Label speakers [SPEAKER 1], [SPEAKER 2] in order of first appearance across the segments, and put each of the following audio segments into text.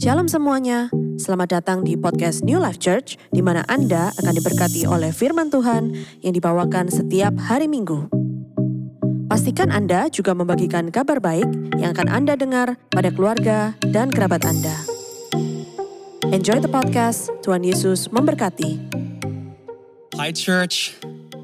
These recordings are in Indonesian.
[SPEAKER 1] Shalom semuanya, selamat datang di podcast New Life Church, di mana Anda akan diberkati oleh firman Tuhan yang dibawakan setiap hari Minggu. Pastikan Anda juga membagikan kabar baik yang akan Anda dengar pada keluarga dan kerabat Anda. Enjoy the podcast, Tuhan Yesus memberkati.
[SPEAKER 2] Hi, church.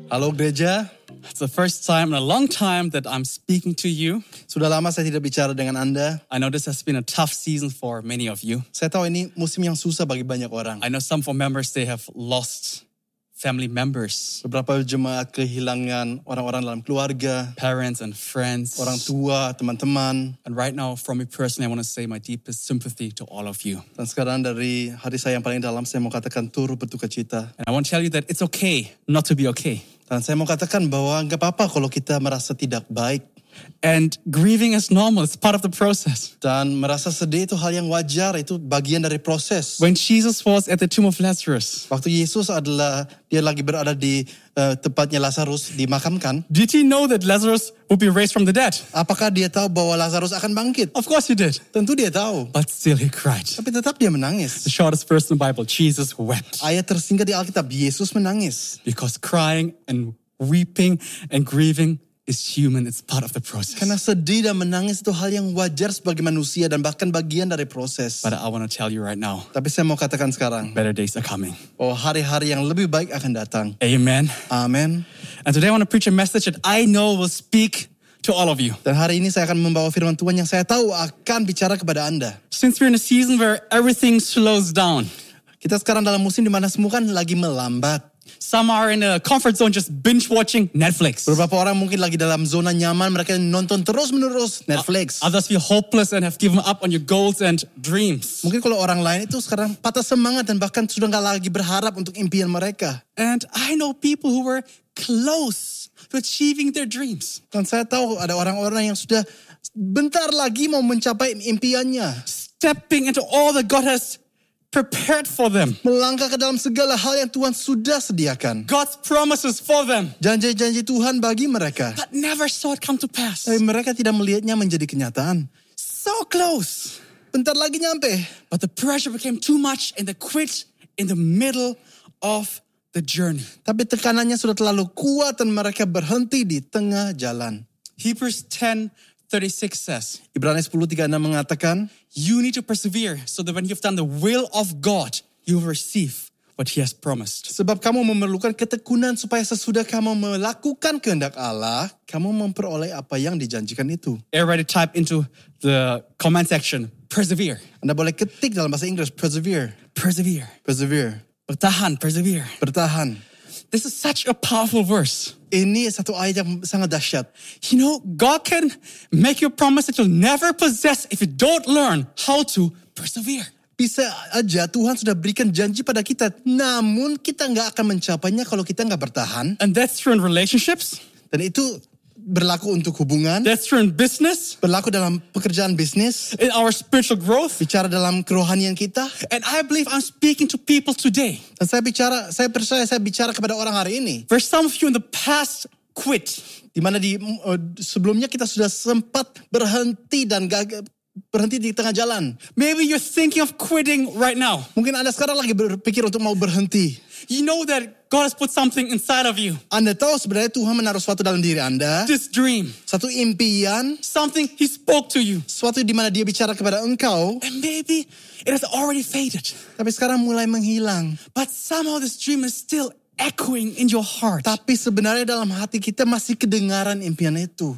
[SPEAKER 2] Hello, gereja. It's the first time in a long time that I'm speaking to you.
[SPEAKER 3] Sudah lama saya tidak bicara dengan Anda.
[SPEAKER 2] I know this has been a tough season for many of you.
[SPEAKER 3] Saya tahu ini musim yang susah bagi banyak orang.
[SPEAKER 2] I know some for members, they have lost family members,
[SPEAKER 3] Beberapa jemaat kehilangan orang-orang dalam keluarga,
[SPEAKER 2] parents, and friends.
[SPEAKER 3] orang tua, teman-teman.
[SPEAKER 2] And right now, from me personally, I want to say my deepest sympathy to all of you.
[SPEAKER 3] Dan sekarang dari hati saya yang paling dalam, saya mau katakan turut berduka cita.
[SPEAKER 2] And I want to tell you that it's okay not to be okay.
[SPEAKER 3] Dan saya mau katakan bahwa nggak apa-apa kalau kita merasa tidak baik.
[SPEAKER 2] And grieving is normal, it's part of the process.
[SPEAKER 3] Dan merasa sedih itu hal yang wajar, itu bagian dari proses.
[SPEAKER 2] When Jesus was at the tomb of Lazarus,
[SPEAKER 3] Waktu Yesus adalah, dia lagi berada di eh, tempatnya Lazarus dimakamkan.
[SPEAKER 2] did he know that Lazarus would be raised from the dead?
[SPEAKER 3] Apakah dia tahu bahwa Lazarus akan bangkit?
[SPEAKER 2] Of course he did.
[SPEAKER 3] Tentu dia tahu.
[SPEAKER 2] But still he cried.
[SPEAKER 3] Tapi tetap dia menangis.
[SPEAKER 2] The shortest verse in the Bible, Jesus wept.
[SPEAKER 3] Ayat tersingkat di Alkitab, Yesus menangis.
[SPEAKER 2] Because crying and weeping and grieving is human, it's part of the
[SPEAKER 3] Karena
[SPEAKER 2] process.
[SPEAKER 3] Nah, sedih dan menangis itu hal yang wajar sebagai manusia dan bahkan bagian dari proses.
[SPEAKER 2] But I want to tell you right now,
[SPEAKER 3] Tapi saya mau katakan sekarang,
[SPEAKER 2] better days are coming.
[SPEAKER 3] bahwa hari-hari yang lebih baik akan datang.
[SPEAKER 2] Amen.
[SPEAKER 3] Amin.
[SPEAKER 2] And today I want to preach a message that I know will speak to all of you.
[SPEAKER 3] Dan hari ini saya akan membawa firman Tuhan yang saya tahu akan bicara kepada Anda.
[SPEAKER 2] Since we're in a season where everything slows down,
[SPEAKER 3] Kita sekarang dalam musim di mana semua kan lagi melambat.
[SPEAKER 2] some are in a comfort zone just binge watching Netflix.
[SPEAKER 3] Beberapa orang mungkin lagi dalam zona nyaman, mereka nonton terus-menerus Netflix.
[SPEAKER 2] Others feel hopeless and have given up on your goals and dreams.
[SPEAKER 3] Mungkin kalau orang lain itu sekarang patah semangat dan bahkan sudah nggak lagi berharap untuk impian mereka.
[SPEAKER 2] And I know people who were close to achieving their dreams.
[SPEAKER 3] Dan saya tahu ada orang-orang yang sudah bentar lagi mau mencapai impiannya.
[SPEAKER 2] stepping into all that God has prepared for them,
[SPEAKER 3] Melangkah ke dalam segala hal yang Tuhan sudah sediakan.
[SPEAKER 2] God's promises for them,
[SPEAKER 3] Janji-janji Tuhan bagi mereka.
[SPEAKER 2] but never saw it come to pass.
[SPEAKER 3] Tapi mereka tidak melihatnya menjadi kenyataan.
[SPEAKER 2] So close.
[SPEAKER 3] Bentar lagi nyampe.
[SPEAKER 2] But the pressure became too much and they quit in the middle of the journey.
[SPEAKER 3] Tapi tekanannya sudah terlalu kuat dan mereka berhenti di tengah jalan.
[SPEAKER 2] Hebrews 10 36 says,
[SPEAKER 3] Ibrani 10.36 mengatakan,
[SPEAKER 2] You need to persevere so that when you've done the will of God, you will receive what He has promised.
[SPEAKER 3] Sebab kamu memerlukan ketekunan supaya sesudah kamu melakukan kehendak Allah, kamu memperoleh apa yang dijanjikan itu.
[SPEAKER 2] Everybody type into the comment section persevere,
[SPEAKER 3] Anda boleh ketik dalam bahasa Inggris, persevere,
[SPEAKER 2] persevere,
[SPEAKER 3] persevere,
[SPEAKER 2] bertahan, persevere.
[SPEAKER 3] bertahan.
[SPEAKER 2] This is such a powerful verse.
[SPEAKER 3] Ini satu ayat yang sangat dahsyat.
[SPEAKER 2] You know, God can make you a promise that you'll never possess if you don't learn how to persevere.
[SPEAKER 3] Bisa aja Tuhan sudah berikan janji pada kita, namun kita nggak akan mencapainya kalau kita nggak bertahan.
[SPEAKER 2] And that's true in relationships,
[SPEAKER 3] Dan itu berlaku untuk hubungan,
[SPEAKER 2] that's true in business,
[SPEAKER 3] berlaku dalam pekerjaan bisnis,
[SPEAKER 2] in our spiritual growth.
[SPEAKER 3] bicara dalam kerohanian kita.
[SPEAKER 2] And I believe I'm speaking to people today.
[SPEAKER 3] Dan saya bicara, saya percaya saya bicara kepada orang hari ini,
[SPEAKER 2] Where some of you in the past quit,
[SPEAKER 3] di mana di eh, sebelumnya kita sudah sempat berhenti dan gagal, berhenti di tengah jalan.
[SPEAKER 2] maybe you're thinking of quitting right now.
[SPEAKER 3] Mungkin Anda sekarang lagi berpikir untuk mau berhenti.
[SPEAKER 2] You know that God has put something inside of you
[SPEAKER 3] Anda tahu sebenarnya Tuhan menaruh sesuatu dalam diri Anda,
[SPEAKER 2] this dream,
[SPEAKER 3] satu impian,
[SPEAKER 2] something He spoke to you.
[SPEAKER 3] suatu di mana dia bicara kepada engkau,
[SPEAKER 2] And maybe it has already faded,
[SPEAKER 3] tapi sekarang mulai menghilang.
[SPEAKER 2] but somehow this dream is still echoing in your heart.
[SPEAKER 3] Tapi sebenarnya dalam hati kita masih kedengaran impian itu.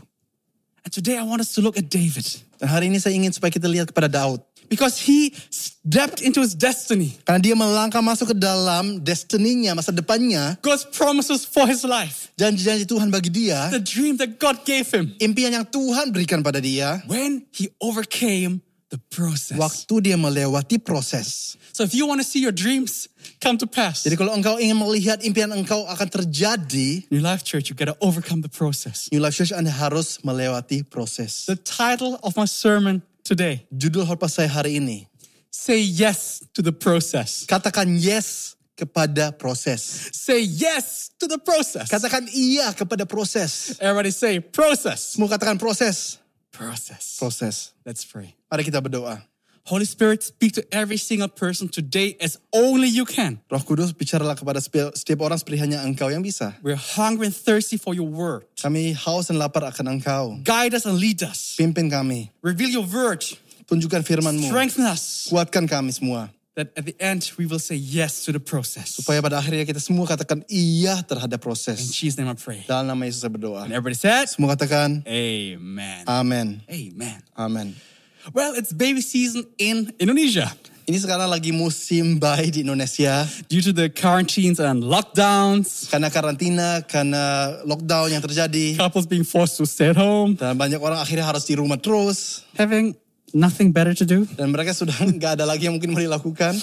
[SPEAKER 2] And today I want us to look at David
[SPEAKER 3] Dan hari ini saya ingin supaya kita lihat kepada Daud.
[SPEAKER 2] because he stepped into his destiny,
[SPEAKER 3] Karena dia melangkah masuk ke dalam destininya, masa depannya,
[SPEAKER 2] God's promises for his life,
[SPEAKER 3] janji-janji Tuhan bagi dia,
[SPEAKER 2] the dream that God gave him
[SPEAKER 3] impian yang Tuhan berikan pada dia,
[SPEAKER 2] when he overcame the process.
[SPEAKER 3] waktu dia melewati proses.
[SPEAKER 2] So if you want to see your dreams come to pass
[SPEAKER 3] Jadi
[SPEAKER 2] in
[SPEAKER 3] kalau engkau ingin melihat impian engkau akan terjadi,
[SPEAKER 2] your life, church, you got to overcome the process.
[SPEAKER 3] New Life Church Anda harus melewati proses.
[SPEAKER 2] The title of my sermon today
[SPEAKER 3] Judul khotbah saya hari ini,
[SPEAKER 2] say yes to the process.
[SPEAKER 3] katakan yes kepada proses.
[SPEAKER 2] Say yes to the process.
[SPEAKER 3] Katakan iya kepada proses.
[SPEAKER 2] Everybody say process.
[SPEAKER 3] Semua katakan proses.
[SPEAKER 2] Process.
[SPEAKER 3] Proses.
[SPEAKER 2] Let's pray.
[SPEAKER 3] Mari kita berdoa.
[SPEAKER 2] Holy Spirit, speak to every single person today as only you can.
[SPEAKER 3] Roh Kudus bicaralah kepada setiap setiap orang seperti hanya engkau yang bisa.
[SPEAKER 2] We're hungry and thirsty for your word.
[SPEAKER 3] Kami haus dan lapar akan engkau.
[SPEAKER 2] Guide us and lead us.
[SPEAKER 3] Pimpin kami.
[SPEAKER 2] Reveal your word.
[SPEAKER 3] Tunjukkan firmanmu.
[SPEAKER 2] Strengthen us.
[SPEAKER 3] Kuatkan kami semua.
[SPEAKER 2] That at the end, we will say yes to the process.
[SPEAKER 3] Supaya pada akhirnya kita semua katakan iya terhadap
[SPEAKER 2] In
[SPEAKER 3] proses.
[SPEAKER 2] Jesus' name I pray.
[SPEAKER 3] Dalam nama Yesus saya berdoa.
[SPEAKER 2] And everybody says,
[SPEAKER 3] Semua katakan
[SPEAKER 2] Amen.
[SPEAKER 3] amin.
[SPEAKER 2] Amen.
[SPEAKER 3] Amin.
[SPEAKER 2] Well, it's baby season in Indonesia.
[SPEAKER 3] Ini sekarang lagi musim bayi di Indonesia.
[SPEAKER 2] Due to the quarantines and lockdowns,
[SPEAKER 3] Karena karantina, karena lockdown yang terjadi.
[SPEAKER 2] couples being forced to stay at home,
[SPEAKER 3] Dan banyak orang akhirnya harus di rumah terus.
[SPEAKER 2] having nothing better to do.
[SPEAKER 3] Dan mereka sudah nggak ada lagi yang mungkin mau dilakukan.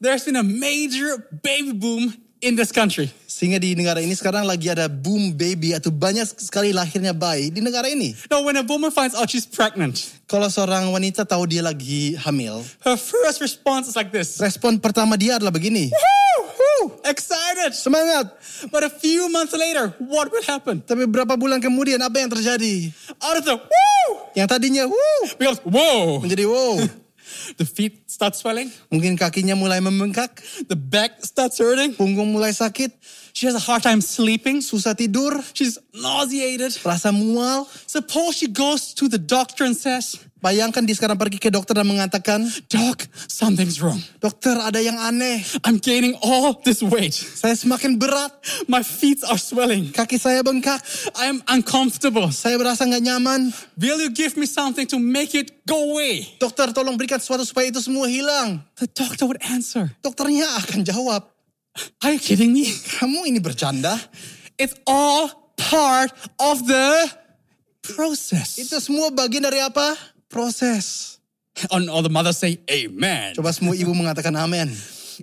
[SPEAKER 2] There's been a major baby boom in this country.
[SPEAKER 3] Sehingga di negara ini sekarang lagi ada boom baby atau banyak sekali lahirnya bayi di negara ini.
[SPEAKER 2] Now, when a woman finds out she's pregnant,
[SPEAKER 3] Kalau seorang wanita tahu dia lagi hamil,
[SPEAKER 2] her first response is like this
[SPEAKER 3] respon pertama dia adalah begini.
[SPEAKER 2] Woo! Woo! Excited!
[SPEAKER 3] Semangat.
[SPEAKER 2] But a few months later, what will happen?
[SPEAKER 3] Tapi berapa bulan kemudian apa yang terjadi?
[SPEAKER 2] Out of the woo
[SPEAKER 3] Yang tadinya wuh
[SPEAKER 2] becomes whoa.
[SPEAKER 3] menjadi wow.
[SPEAKER 2] The feet start swelling,
[SPEAKER 3] Mungkin kakinya mulai membengkak,
[SPEAKER 2] the back starts hurting.
[SPEAKER 3] punggung mulai sakit,
[SPEAKER 2] She has a hard time sleeping.
[SPEAKER 3] susah tidur,
[SPEAKER 2] She's nauseated.
[SPEAKER 3] rasa mual.
[SPEAKER 2] Suppose she goes to the doctor and says,
[SPEAKER 3] Bayangkan dia sekarang pergi ke dokter dan mengatakan,
[SPEAKER 2] Doc, something's wrong.
[SPEAKER 3] dokter ada yang aneh,
[SPEAKER 2] I'm gaining all this weight.
[SPEAKER 3] saya semakin berat,
[SPEAKER 2] My feet are swelling.
[SPEAKER 3] kaki saya bengkak,
[SPEAKER 2] I am uncomfortable.
[SPEAKER 3] saya berasa nggak nyaman.
[SPEAKER 2] Will you give me something to make it go away?
[SPEAKER 3] Dokter tolong berikan sesuatu supaya itu semua hilang.
[SPEAKER 2] The doctor would answer,
[SPEAKER 3] Dokternya akan jawab,
[SPEAKER 2] Are you kidding me?
[SPEAKER 3] kamu ini bercanda.
[SPEAKER 2] It's all part of the process.
[SPEAKER 3] Itu semua bagian dari apa? Proses.
[SPEAKER 2] and all the mothers say, Amen.
[SPEAKER 3] Coba semua ibu mengatakan amin.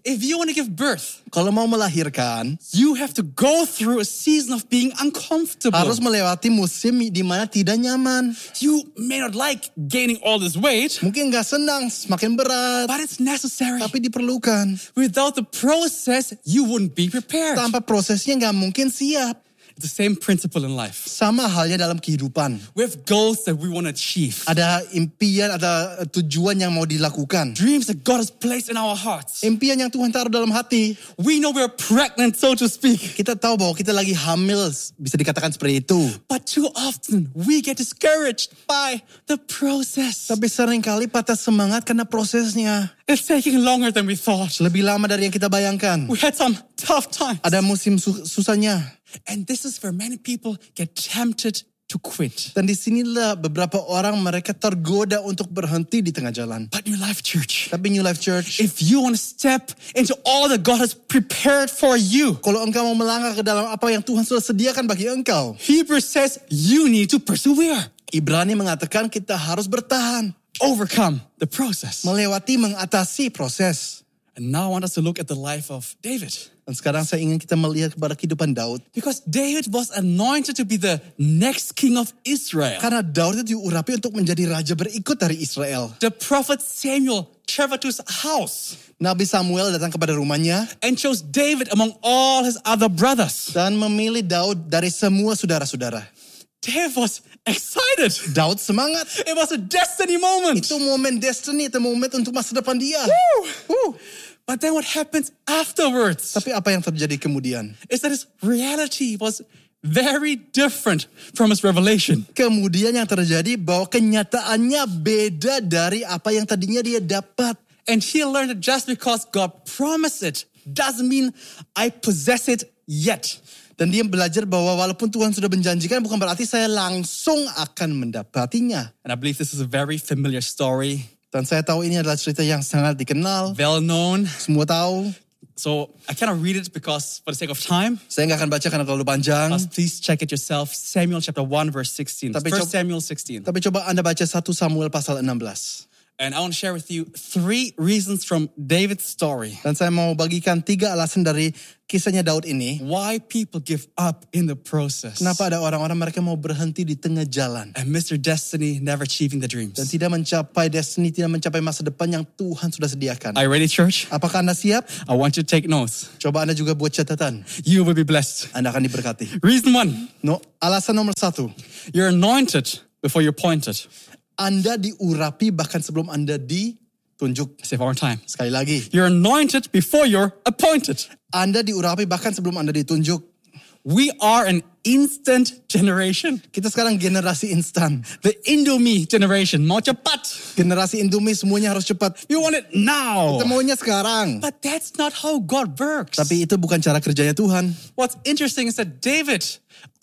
[SPEAKER 2] If you want to give birth,
[SPEAKER 3] Kalau mau melahirkan,
[SPEAKER 2] you have to go through a season of being uncomfortable.
[SPEAKER 3] harus melewati musim di mana tidak nyaman.
[SPEAKER 2] You may not like gaining all this weight,
[SPEAKER 3] Mungkin nggak senang, semakin berat,
[SPEAKER 2] but it's necessary.
[SPEAKER 3] tapi diperlukan.
[SPEAKER 2] Without the process, you wouldn't be prepared.
[SPEAKER 3] Tanpa prosesnya nggak mungkin siap.
[SPEAKER 2] It's the same principle in life.
[SPEAKER 3] Sama halnya dalam kehidupan.
[SPEAKER 2] We have goals that we want to achieve,
[SPEAKER 3] Ada impian, ada eh, tujuan yang mau dilakukan.
[SPEAKER 2] dreams that God has placed in our hearts.
[SPEAKER 3] Impian yang Tuhan taruh dalam hati.
[SPEAKER 2] We know we're pregnant, so to speak,
[SPEAKER 3] Kita tahu bahwa kita lagi hamil, bisa dikatakan seperti itu.
[SPEAKER 2] but too often we get discouraged by the process.
[SPEAKER 3] Tapi seringkali patah semangat karena prosesnya.
[SPEAKER 2] It's taking longer than we thought.
[SPEAKER 3] Lebih lama dari yang kita bayangkan.
[SPEAKER 2] We had some tough times.
[SPEAKER 3] Ada musim su- susahnya.
[SPEAKER 2] And this is where many people get tempted to quit.
[SPEAKER 3] Dan disinilah beberapa orang mereka tergoda untuk berhenti di tengah jalan.
[SPEAKER 2] But New Life Church,
[SPEAKER 3] Tapi New Life Church,
[SPEAKER 2] if you want to step into all that God has prepared for you,
[SPEAKER 3] kalau engkau mau melangkah ke dalam apa yang Tuhan sudah sediakan bagi engkau,
[SPEAKER 2] Hebrews says you need to persevere,
[SPEAKER 3] Ibrani mengatakan kita harus bertahan,
[SPEAKER 2] overcome the process.
[SPEAKER 3] melewati, mengatasi proses.
[SPEAKER 2] And now I want us to look at the life of David.
[SPEAKER 3] Dan sekarang saya ingin kita melihat kepada kehidupan Daud.
[SPEAKER 2] Because David was anointed to be the next king of Israel.
[SPEAKER 3] Karena Daud itu diurapi untuk menjadi raja berikut dari Israel.
[SPEAKER 2] The prophet Samuel traveled to his house
[SPEAKER 3] Nabi Samuel datang kepada rumahnya
[SPEAKER 2] and chose David among all his other brothers.
[SPEAKER 3] dan memilih Daud dari semua saudara-saudara.
[SPEAKER 2] David was excited.
[SPEAKER 3] Daud semangat.
[SPEAKER 2] It was a destiny moment.
[SPEAKER 3] Itu momen destiny, itu momen untuk masa depan dia.
[SPEAKER 2] Woo. But then what happens afterwards
[SPEAKER 3] Tapi apa yang terjadi kemudian?
[SPEAKER 2] is that his reality was very different from his revelation.
[SPEAKER 3] Kemudian yang terjadi bahwa kenyataannya beda dari apa yang tadinya dia dapat.
[SPEAKER 2] And he learned that just because God promised it doesn't mean I possess it yet.
[SPEAKER 3] Dan dia belajar bahwa walaupun Tuhan sudah menjanjikan bukan berarti saya langsung akan mendapatinya.
[SPEAKER 2] And I believe this is a very familiar story,
[SPEAKER 3] Dan saya tahu ini adalah cerita yang sangat dikenal.
[SPEAKER 2] well known.
[SPEAKER 3] Semua tahu.
[SPEAKER 2] So I cannot read it because, for the sake of time,
[SPEAKER 3] Saya nggak akan baca karena terlalu panjang.
[SPEAKER 2] but please check it yourself. Samuel chapter 1, verse 16.
[SPEAKER 3] Tapi coba-
[SPEAKER 2] First Samuel 16.
[SPEAKER 3] Tapi coba Anda baca 1 Samuel pasal 16.
[SPEAKER 2] And I want to share with you three reasons from David's story
[SPEAKER 3] Dan saya mau bagikan tiga alasan dari kisahnya Daud ini.
[SPEAKER 2] why people give up in the process
[SPEAKER 3] Kenapa ada orang-orang mereka mau berhenti di tengah jalan.
[SPEAKER 2] and miss their destiny, never achieving their
[SPEAKER 3] Dan
[SPEAKER 2] dreams.
[SPEAKER 3] tidak mencapai destiny, tidak mencapai masa depan yang Tuhan sudah sediakan.
[SPEAKER 2] Are you ready, church?
[SPEAKER 3] Apakah Anda siap?
[SPEAKER 2] I want you to take notes.
[SPEAKER 3] Coba Anda juga buat catatan.
[SPEAKER 2] You will be blessed.
[SPEAKER 3] Anda akan diberkati.
[SPEAKER 2] Reason one
[SPEAKER 3] No, alasan nomor satu.
[SPEAKER 2] you're anointed before you're appointed.
[SPEAKER 3] Anda diurapi bahkan sebelum Anda ditunjuk.
[SPEAKER 2] Say it one more time.
[SPEAKER 3] Sekali lagi,
[SPEAKER 2] You're anointed before you're appointed.
[SPEAKER 3] Anda diurapi bahkan sebelum Anda ditunjuk.
[SPEAKER 2] We are an instant generation.
[SPEAKER 3] Kita sekarang generasi instan.
[SPEAKER 2] The Indomie generation. Mau cepat.
[SPEAKER 3] Generasi Indomie semuanya harus cepat.
[SPEAKER 2] You want it now.
[SPEAKER 3] Kita maunya sekarang.
[SPEAKER 2] But that's not how God works.
[SPEAKER 3] Tapi itu bukan cara kerjanya Tuhan.
[SPEAKER 2] What's interesting is that David,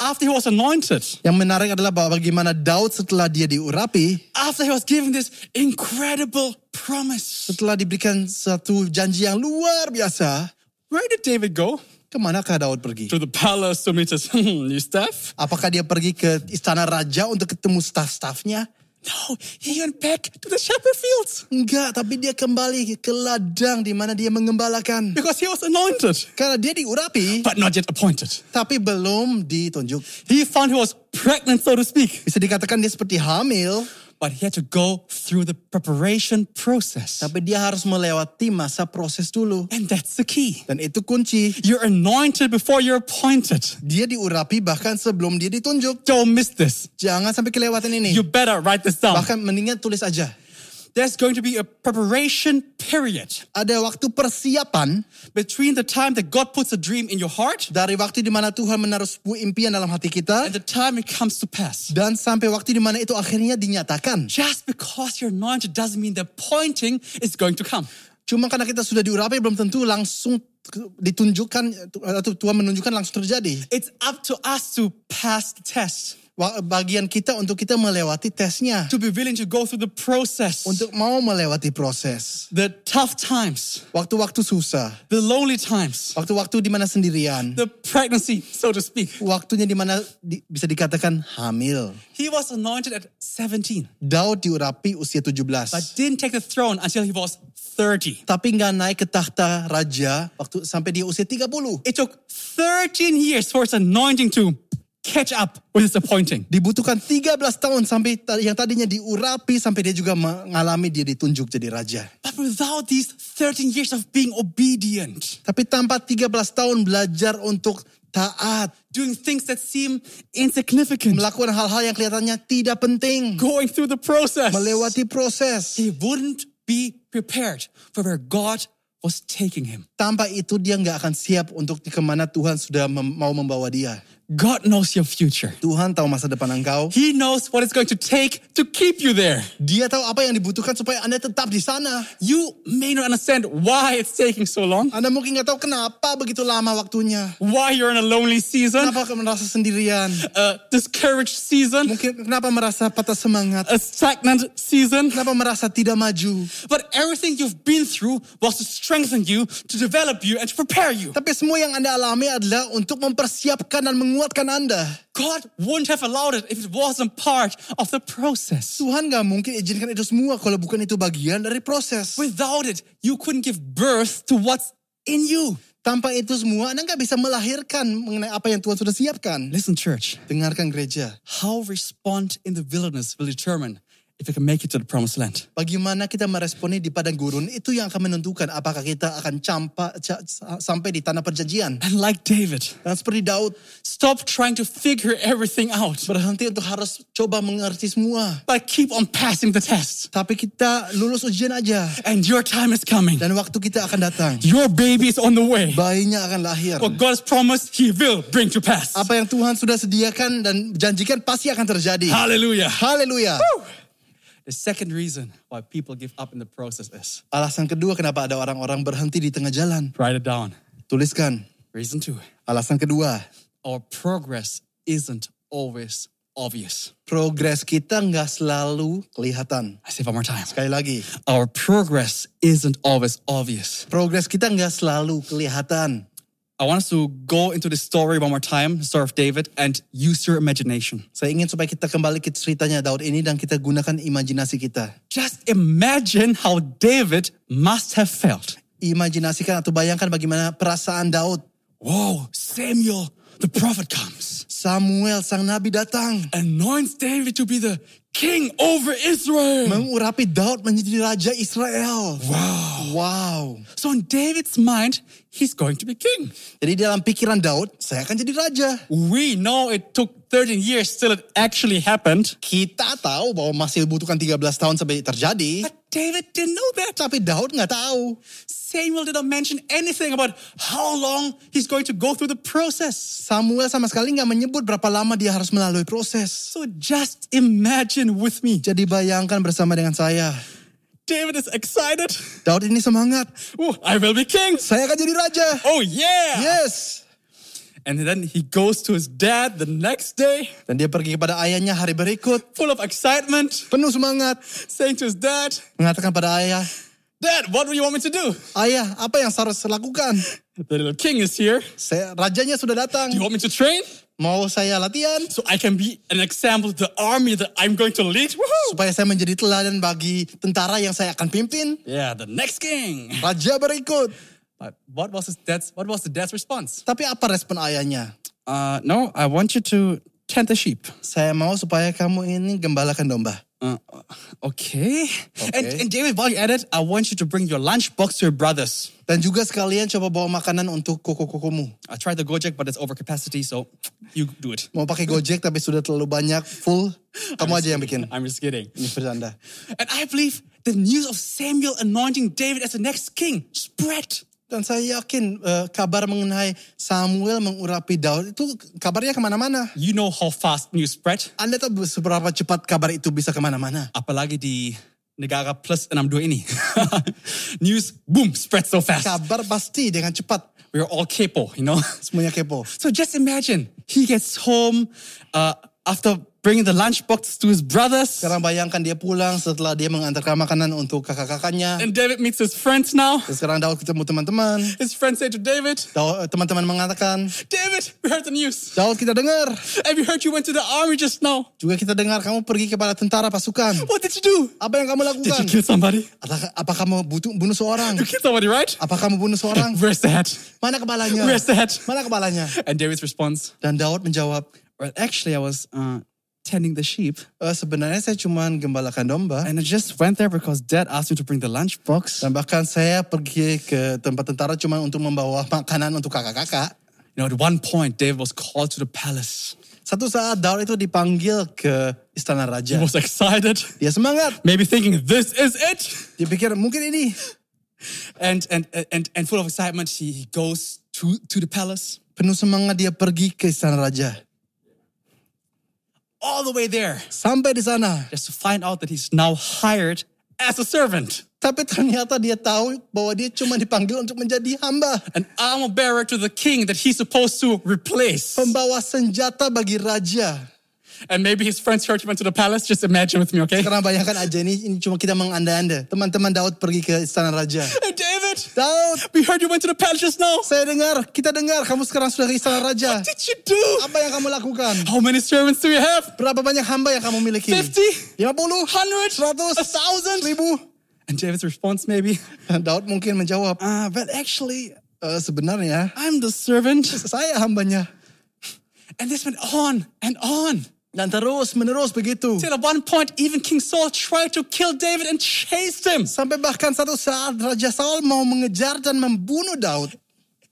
[SPEAKER 2] after he was anointed,
[SPEAKER 3] Yang menarik adalah bahwa bagaimana Daud setelah dia diurapi,
[SPEAKER 2] after he was given this incredible promise,
[SPEAKER 3] setelah diberikan satu janji yang luar biasa,
[SPEAKER 2] where did David go?
[SPEAKER 3] kemanakah Daud pergi?
[SPEAKER 2] To the palace to meet his new staff?
[SPEAKER 3] Apakah dia pergi ke istana raja untuk ketemu staf-stafnya?
[SPEAKER 2] No, he went back to the shepherd fields
[SPEAKER 3] Enggak, tapi dia kembali ke ladang di mana dia mengembalakan.
[SPEAKER 2] because he was anointed,
[SPEAKER 3] Karena dia diurapi,
[SPEAKER 2] but not yet appointed.
[SPEAKER 3] tapi belum ditunjuk.
[SPEAKER 2] He found he was pregnant, so to speak,
[SPEAKER 3] Bisa dikatakan dia seperti hamil,
[SPEAKER 2] but he had to go through the preparation process.
[SPEAKER 3] tapi dia harus melewati masa proses dulu.
[SPEAKER 2] And that's the key.
[SPEAKER 3] Dan itu kunci.
[SPEAKER 2] You're anointed before you're appointed.
[SPEAKER 3] Dia diurapi bahkan sebelum dia ditunjuk.
[SPEAKER 2] Don't miss this.
[SPEAKER 3] Jangan sampai kelewatan ini.
[SPEAKER 2] You better write this down.
[SPEAKER 3] Bahkan mendingan tulis aja.
[SPEAKER 2] There's going to be a preparation period
[SPEAKER 3] Ada waktu persiapan
[SPEAKER 2] between the time that God puts a dream in your heart
[SPEAKER 3] dari waktu di mana Tuhan menaruh sebuah impian dalam hati kita
[SPEAKER 2] and the time it comes to pass.
[SPEAKER 3] dan sampai waktu di mana itu akhirnya dinyatakan.
[SPEAKER 2] Just because you're anointed doesn't mean the pointing is going to come.
[SPEAKER 3] Cuma karena kita sudah diurapi belum tentu langsung ditunjukkan atau Tuhan menunjukkan langsung terjadi.
[SPEAKER 2] It's up to us to pass the test,
[SPEAKER 3] Wa- Bagian kita untuk kita melewati tesnya,
[SPEAKER 2] to be willing to go through the process,
[SPEAKER 3] untuk mau melewati proses.
[SPEAKER 2] the tough times,
[SPEAKER 3] Waktu-waktu susah,
[SPEAKER 2] the lonely times,
[SPEAKER 3] waktu-waktu di mana sendirian,
[SPEAKER 2] the pregnancy, so to speak.
[SPEAKER 3] waktunya di mana di- bisa dikatakan hamil.
[SPEAKER 2] He was anointed at 17,
[SPEAKER 3] Daud diurapi usia
[SPEAKER 2] but
[SPEAKER 3] 17.
[SPEAKER 2] didn't take the throne until he was 30.
[SPEAKER 3] Tapi nggak naik ke tahta raja waktu sampai dia usia 30.
[SPEAKER 2] It took 13 years for his anointing to catch up with his appointing.
[SPEAKER 3] Dibutuhkan 13 tahun sampai ta- yang tadinya diurapi sampai dia juga mengalami dia ditunjuk jadi raja.
[SPEAKER 2] But without these 13 years of being obedient,
[SPEAKER 3] Tapi tanpa 13 tahun belajar untuk taat,
[SPEAKER 2] doing things that seem insignificant,
[SPEAKER 3] melakukan hal-hal yang kelihatannya tidak penting,
[SPEAKER 2] going through the process,
[SPEAKER 3] melewati proses.
[SPEAKER 2] he wouldn't be prepared for where God was taking him.
[SPEAKER 3] Tanpa itu dia nggak akan siap untuk di kemana Tuhan sudah mem- mau membawa dia.
[SPEAKER 2] God knows your future.
[SPEAKER 3] Tuhan tahu masa depan engkau.
[SPEAKER 2] He knows what it's going to take to keep you there.
[SPEAKER 3] Dia tahu apa yang dibutuhkan supaya Anda tetap di sana.
[SPEAKER 2] You may not understand why it's taking so long,
[SPEAKER 3] Anda mungkin nggak tahu kenapa begitu lama waktunya.
[SPEAKER 2] why you're in a lonely season,
[SPEAKER 3] Kenapa merasa sendirian?
[SPEAKER 2] a discouraged season,
[SPEAKER 3] Mungkin kenapa merasa patah semangat?
[SPEAKER 2] a stagnant season.
[SPEAKER 3] Kenapa merasa tidak maju?
[SPEAKER 2] But everything you've been through was to strengthen you, to develop you, and to prepare you.
[SPEAKER 3] Tapi semua yang Anda alami adalah untuk mempersiapkan dan menguatkan Anda.
[SPEAKER 2] God wouldn't have allowed it if it wasn't part of the process.
[SPEAKER 3] Tuhan gak mungkin izinkan itu semua kalau bukan itu bagian dari proses.
[SPEAKER 2] Without it, you couldn't give birth to what's in you.
[SPEAKER 3] Tanpa itu semua, Anda gak bisa melahirkan mengenai apa yang Tuhan sudah siapkan.
[SPEAKER 2] Listen, church,
[SPEAKER 3] Dengarkan gereja.
[SPEAKER 2] how we respond in the wilderness will determine if we can make it to the promised land.
[SPEAKER 3] Bagaimana kita meresponi di padang gurun itu yang akan menentukan apakah kita akan campa, ca- sa- sampai di tanah perjanjian.
[SPEAKER 2] And like David,
[SPEAKER 3] Dan seperti Daud,
[SPEAKER 2] stop trying to figure everything out,
[SPEAKER 3] berhenti untuk harus coba mengerti semua.
[SPEAKER 2] but keep on passing the test.
[SPEAKER 3] Tapi kita lulus ujian aja.
[SPEAKER 2] And your time is coming.
[SPEAKER 3] Dan waktu kita akan datang.
[SPEAKER 2] Your baby is on the way.
[SPEAKER 3] Bayinya akan lahir.
[SPEAKER 2] What God has promised, He will bring to pass.
[SPEAKER 3] Apa yang Tuhan sudah sediakan dan janjikan pasti akan terjadi.
[SPEAKER 2] Hallelujah.
[SPEAKER 3] Haleluya.
[SPEAKER 2] The second reason why people give up in the process is
[SPEAKER 3] Alasan kedua kenapa ada orang-orang berhenti di tengah jalan.
[SPEAKER 2] write it down.
[SPEAKER 3] Tuliskan.
[SPEAKER 2] Reason two
[SPEAKER 3] Alasan kedua.
[SPEAKER 2] our progress isn't always obvious.
[SPEAKER 3] Progres kita nggak selalu kelihatan.
[SPEAKER 2] I say it one more time.
[SPEAKER 3] Sekali lagi.
[SPEAKER 2] Our progress isn't always obvious.
[SPEAKER 3] Progres kita nggak selalu kelihatan.
[SPEAKER 2] I want us to go into the story one more time, the story of David, and use your imagination.
[SPEAKER 3] Saya ingin supaya kita kembali ke ceritanya Daud ini dan kita gunakan imajinasi kita.
[SPEAKER 2] Just imagine how David must have felt.
[SPEAKER 3] Imajinasikan atau bayangkan bagaimana perasaan Daud
[SPEAKER 2] Whoa, Samuel, the prophet comes.
[SPEAKER 3] Samuel sang nabi datang.
[SPEAKER 2] anoints David to be the king over Israel.
[SPEAKER 3] Mengurapi Daud menjadi raja Israel. Wow. Wow.
[SPEAKER 2] So in David's mind, he's going to be king.
[SPEAKER 3] Jadi dalam pikiran Daud, saya akan jadi raja.
[SPEAKER 2] We know it took 13 years till it actually happened.
[SPEAKER 3] Kita tahu bahwa masih butuhkan 13 tahun sampai terjadi.
[SPEAKER 2] But David didn't know that.
[SPEAKER 3] Tapi Daud nggak tahu.
[SPEAKER 2] Samuel did not mention anything about how long he's going to go through the process.
[SPEAKER 3] Samuel sama sekali nggak menyebut berapa lama dia harus melalui proses.
[SPEAKER 2] So just imagine with me.
[SPEAKER 3] Jadi bayangkan bersama dengan saya.
[SPEAKER 2] David is excited.
[SPEAKER 3] Daud ini semangat.
[SPEAKER 2] Ooh, I will be king.
[SPEAKER 3] Saya akan jadi raja.
[SPEAKER 2] Oh yeah.
[SPEAKER 3] Yes.
[SPEAKER 2] And then he goes to his dad the next day,
[SPEAKER 3] Dan dia pergi kepada ayahnya hari berikut.
[SPEAKER 2] full of excitement,
[SPEAKER 3] Penuh semangat.
[SPEAKER 2] saying to his dad,
[SPEAKER 3] Mengatakan pada ayah,
[SPEAKER 2] Dad, what do you want me to do?
[SPEAKER 3] Ayah, apa yang harus saya lakukan?
[SPEAKER 2] The little king is here.
[SPEAKER 3] Saya, rajanya sudah datang.
[SPEAKER 2] Do you want me to train?
[SPEAKER 3] Mau saya latihan?
[SPEAKER 2] So I can be an example to the army that I'm going to lead. Woohoo!
[SPEAKER 3] Supaya saya menjadi teladan bagi tentara yang saya akan pimpin.
[SPEAKER 2] Yeah, the next king.
[SPEAKER 3] Raja berikut.
[SPEAKER 2] But what was his dad's what was the dad's response?
[SPEAKER 3] Tapi apa respon ayahnya?
[SPEAKER 2] Uh no, I want you to tend the sheep.
[SPEAKER 3] Saya mau supaya kamu ini gembalakan domba.
[SPEAKER 2] Uh, okay. And,
[SPEAKER 3] Okay.
[SPEAKER 2] and David, while you're at it, I want you to bring your lunchbox to your brothers.
[SPEAKER 3] Dan juga sekalian coba bawa makanan untuk koko-kokomu.
[SPEAKER 2] I tried the Gojek, but it's over capacity, so you do it.
[SPEAKER 3] Mau pakai gojek tapi sudah terlalu banyak, full. Kamu aja yang bikin.
[SPEAKER 2] I'm just kidding.
[SPEAKER 3] Ini bercanda.
[SPEAKER 2] And I believe the news of Samuel anointing David as the next king spread.
[SPEAKER 3] Dan saya yakin eh, kabar mengenai Samuel mengurapi Daud itu kabarnya kemana-mana.
[SPEAKER 2] You know how fast news spread.
[SPEAKER 3] Anda tahu seberapa cepat kabar itu bisa kemana-mana.
[SPEAKER 2] Apalagi di negara plus 62 ini. news, boom, spread so fast.
[SPEAKER 3] Kabar pasti dengan cepat.
[SPEAKER 2] We are all capo, you know?
[SPEAKER 3] Semuanya kepo.
[SPEAKER 2] So just imagine, he gets home uh, after bringing the lunchbox to his brothers.
[SPEAKER 3] Sekarang bayangkan dia pulang setelah dia mengantarkan makanan untuk kakak-kakaknya.
[SPEAKER 2] And David meets his friends now.
[SPEAKER 3] Dan sekarang Daud ketemu teman-teman.
[SPEAKER 2] His friends say to David,
[SPEAKER 3] Daud- eh, Teman-teman mengatakan,
[SPEAKER 2] David, we heard the news.
[SPEAKER 3] Daud kita dengar.
[SPEAKER 2] Have you heard you went to the army just now?
[SPEAKER 3] Juga kita dengar kamu pergi kepada tentara pasukan.
[SPEAKER 2] What did you do?
[SPEAKER 3] Apa yang kamu
[SPEAKER 2] Did you
[SPEAKER 3] lakukan?
[SPEAKER 2] kill somebody?
[SPEAKER 3] Apakah- Apa kamu butuh bunuh seorang?
[SPEAKER 2] You killed somebody, right?
[SPEAKER 3] Apa kamu bunuh seorang?
[SPEAKER 2] Where's the hat?
[SPEAKER 3] Mana kepalanya?
[SPEAKER 2] Where's the hat?
[SPEAKER 3] Mana kepalanya?
[SPEAKER 2] And David's response,
[SPEAKER 3] Dan Daud menjawab,
[SPEAKER 2] well, actually, I was uh, tending the sheep
[SPEAKER 3] "E, sebenarnya saya cuman gembalakan domba.
[SPEAKER 2] and I just went there because dad asked me to bring the lunchbox.
[SPEAKER 3] Dan bahkan saya pergi ke tempat tentara cuma untuk membawa makanan untuk kakak-kakak.
[SPEAKER 2] You know, at one point, David was called to the palace.
[SPEAKER 3] Satu saat Daud itu dipanggil ke istana
[SPEAKER 2] He
[SPEAKER 3] raja.
[SPEAKER 2] was excited,
[SPEAKER 3] Dia semangat.
[SPEAKER 2] maybe thinking, this is it.
[SPEAKER 3] Dia pikir mungkin ini.
[SPEAKER 2] And, and, and, and full of excitement, he, he goes to, to the palace.
[SPEAKER 3] Penuh semangat dia pergi ke istana raja.
[SPEAKER 2] All the way there,
[SPEAKER 3] Sampai di sana.
[SPEAKER 2] just to find out that he's now hired as a servant,
[SPEAKER 3] Tapi ternyata dia tahu bahwa dia cuma dipanggil untuk menjadi hamba.
[SPEAKER 2] an armor bearer to the king that he's supposed to replace.
[SPEAKER 3] Pembawa senjata bagi raja.
[SPEAKER 2] And maybe his friends heard him went to the palace. Just imagine with me, okay?
[SPEAKER 3] Karena bayangkan aja ini, ini cuma kita menganda-anda. Teman-teman Daud pergi ke istana raja.
[SPEAKER 2] Hey, David,
[SPEAKER 3] Daud,
[SPEAKER 2] we heard you went to the palace just now.
[SPEAKER 3] saya dengar, kita dengar kamu sekarang sudah ke istana raja.
[SPEAKER 2] What did you do?
[SPEAKER 3] Apa yang kamu lakukan?
[SPEAKER 2] How many servants do you have?
[SPEAKER 3] Berapa banyak hamba yang kamu miliki?
[SPEAKER 2] 50?
[SPEAKER 3] 50?
[SPEAKER 2] 100?
[SPEAKER 3] 100? 1000? 1000?
[SPEAKER 2] And David's response maybe,
[SPEAKER 3] Dan Daud mungkin menjawab,
[SPEAKER 2] uh, but actually,
[SPEAKER 3] "Eh, sebenarnya
[SPEAKER 2] I'm the servant.
[SPEAKER 3] saya hambanya.
[SPEAKER 2] And this went on and on.
[SPEAKER 3] Dan terus menerus begitu.
[SPEAKER 2] Till at one point, even King Saul tried to kill David and chased him.
[SPEAKER 3] Sampai bahkan satu saat Raja Saul mau mengejar dan membunuh Daud.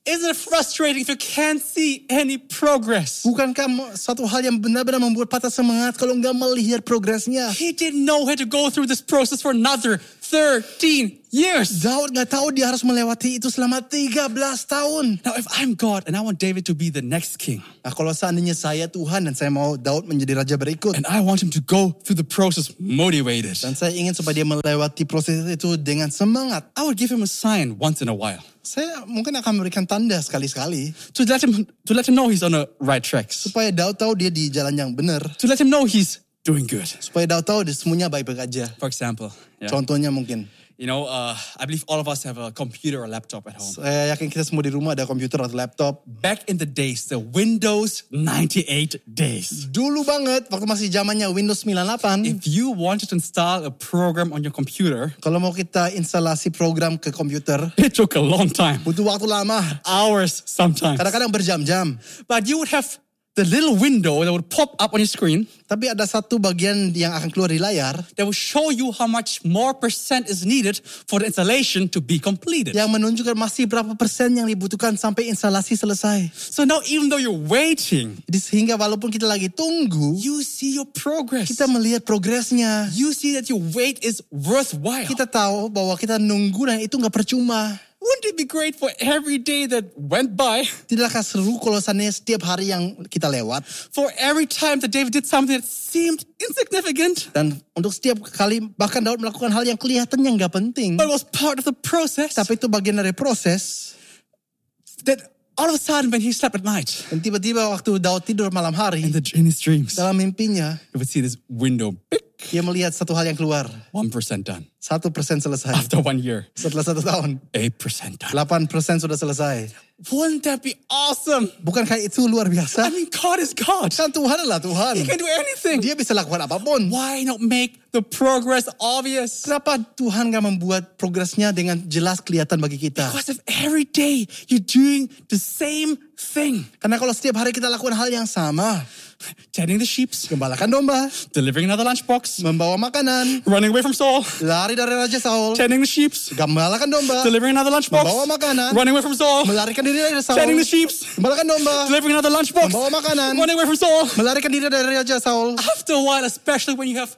[SPEAKER 2] Isn't it frustrating if you can't see any progress?
[SPEAKER 3] Bukankah mo- satu hal yang benar-benar membuat patah semangat kalau nggak melihat progresnya?
[SPEAKER 2] He didn't know how to go through this process for another 13 years.
[SPEAKER 3] Daud nggak tahu dia harus melewati itu selama 13 tahun.
[SPEAKER 2] Now, if I'm God and I want David to be the next king,
[SPEAKER 3] Nah kalau seandainya saya Tuhan dan saya mau Daud menjadi raja berikut.
[SPEAKER 2] and I want him to go through the process motivated,
[SPEAKER 3] Dan saya ingin supaya dia melewati proses itu dengan semangat.
[SPEAKER 2] I would give him a sign once in a while
[SPEAKER 3] Saya mungkin akan memberikan tanda sekali-sekali
[SPEAKER 2] to let him to let him know he's on the right tracks,
[SPEAKER 3] supaya Daud tahu dia di jalan yang benar,
[SPEAKER 2] to let him know he's doing good.
[SPEAKER 3] supaya Daud tahu dia semuanya baik-baik aja.
[SPEAKER 2] For example, yeah.
[SPEAKER 3] Contohnya mungkin,
[SPEAKER 2] you know, uh, I believe all of us have a computer or laptop at home.
[SPEAKER 3] saya yakin kita semua di rumah ada komputer atau laptop.
[SPEAKER 2] Back in the days, the Windows 98 days.
[SPEAKER 3] Dulu banget waktu masih zamannya Windows 98,
[SPEAKER 2] If you wanted to install a program on your computer,
[SPEAKER 3] kalau mau kita instalasi program ke komputer
[SPEAKER 2] it took a long time,
[SPEAKER 3] butuh waktu lama,
[SPEAKER 2] hours sometimes.
[SPEAKER 3] kadang-kadang berjam-jam.
[SPEAKER 2] But you would have the little window that would pop up on your screen
[SPEAKER 3] Tapi ada satu bagian yang akan keluar di layar
[SPEAKER 2] that will show you how much more percent is needed for the installation to be completed.
[SPEAKER 3] yang menunjukkan masih berapa persen yang dibutuhkan sampai instalasi selesai.
[SPEAKER 2] So now, even though you're waiting,
[SPEAKER 3] Jadi sehingga walaupun kita lagi tunggu,
[SPEAKER 2] you see your progress.
[SPEAKER 3] kita melihat progresnya.
[SPEAKER 2] You see that your wait is worthwhile.
[SPEAKER 3] Kita tahu bahwa kita nunggu dan itu nggak percuma.
[SPEAKER 2] Wouldn't it be great for every day that went by,
[SPEAKER 3] Tidakkah seru kalau seandainya setiap hari yang kita lewat
[SPEAKER 2] for every time that David did something that seemed insignificant,
[SPEAKER 3] dan untuk setiap kali bahkan Daud melakukan hal yang kelihatannya nggak penting,
[SPEAKER 2] but was part of the process?
[SPEAKER 3] tapi itu bagian dari proses.
[SPEAKER 2] That all of a sudden, when he slept at night,
[SPEAKER 3] Dan tiba-tiba waktu Daud tidur malam hari
[SPEAKER 2] in, the, in his dreams,
[SPEAKER 3] dalam mimpinya
[SPEAKER 2] you would see this window, pick,
[SPEAKER 3] dia melihat satu hal yang keluar
[SPEAKER 2] 1% done.
[SPEAKER 3] satu persen selesai
[SPEAKER 2] After one year,
[SPEAKER 3] setelah satu tahun
[SPEAKER 2] 8% done.
[SPEAKER 3] 8 persen sudah selesai.
[SPEAKER 2] Wouldn't that be awesome?
[SPEAKER 3] Bukankah itu luar
[SPEAKER 2] I
[SPEAKER 3] biasa?
[SPEAKER 2] mean, God is God.
[SPEAKER 3] Kan Tuhan adalah Tuhan.
[SPEAKER 2] He can do anything.
[SPEAKER 3] Dia bisa lakukan apapun.
[SPEAKER 2] Why not make the progress obvious?
[SPEAKER 3] Kenapa Tuhan gak membuat progresnya dengan jelas kelihatan bagi kita?
[SPEAKER 2] Because if every day you're doing the same thing,
[SPEAKER 3] Karena kalau setiap hari kita lakukan hal yang sama,
[SPEAKER 2] tending the sheeps,
[SPEAKER 3] gembalakan domba,
[SPEAKER 2] delivering another lunchbox,
[SPEAKER 3] membawa makanan,
[SPEAKER 2] running away from Saul,
[SPEAKER 3] lari dari Raja Saul,
[SPEAKER 2] tending the sheeps,
[SPEAKER 3] gembalakan domba,
[SPEAKER 2] delivering another
[SPEAKER 3] Membawa
[SPEAKER 2] lunchbox,
[SPEAKER 3] makanan.
[SPEAKER 2] running away from Saul,
[SPEAKER 3] melarikan diri dari Saul,
[SPEAKER 2] tending the sheeps,
[SPEAKER 3] gembalakan domba,
[SPEAKER 2] delivering another lunchbox,
[SPEAKER 3] Membawa makanan.
[SPEAKER 2] running away from Saul.
[SPEAKER 3] melarikan diri dari Raja Saul.
[SPEAKER 2] After a while, especially when you have,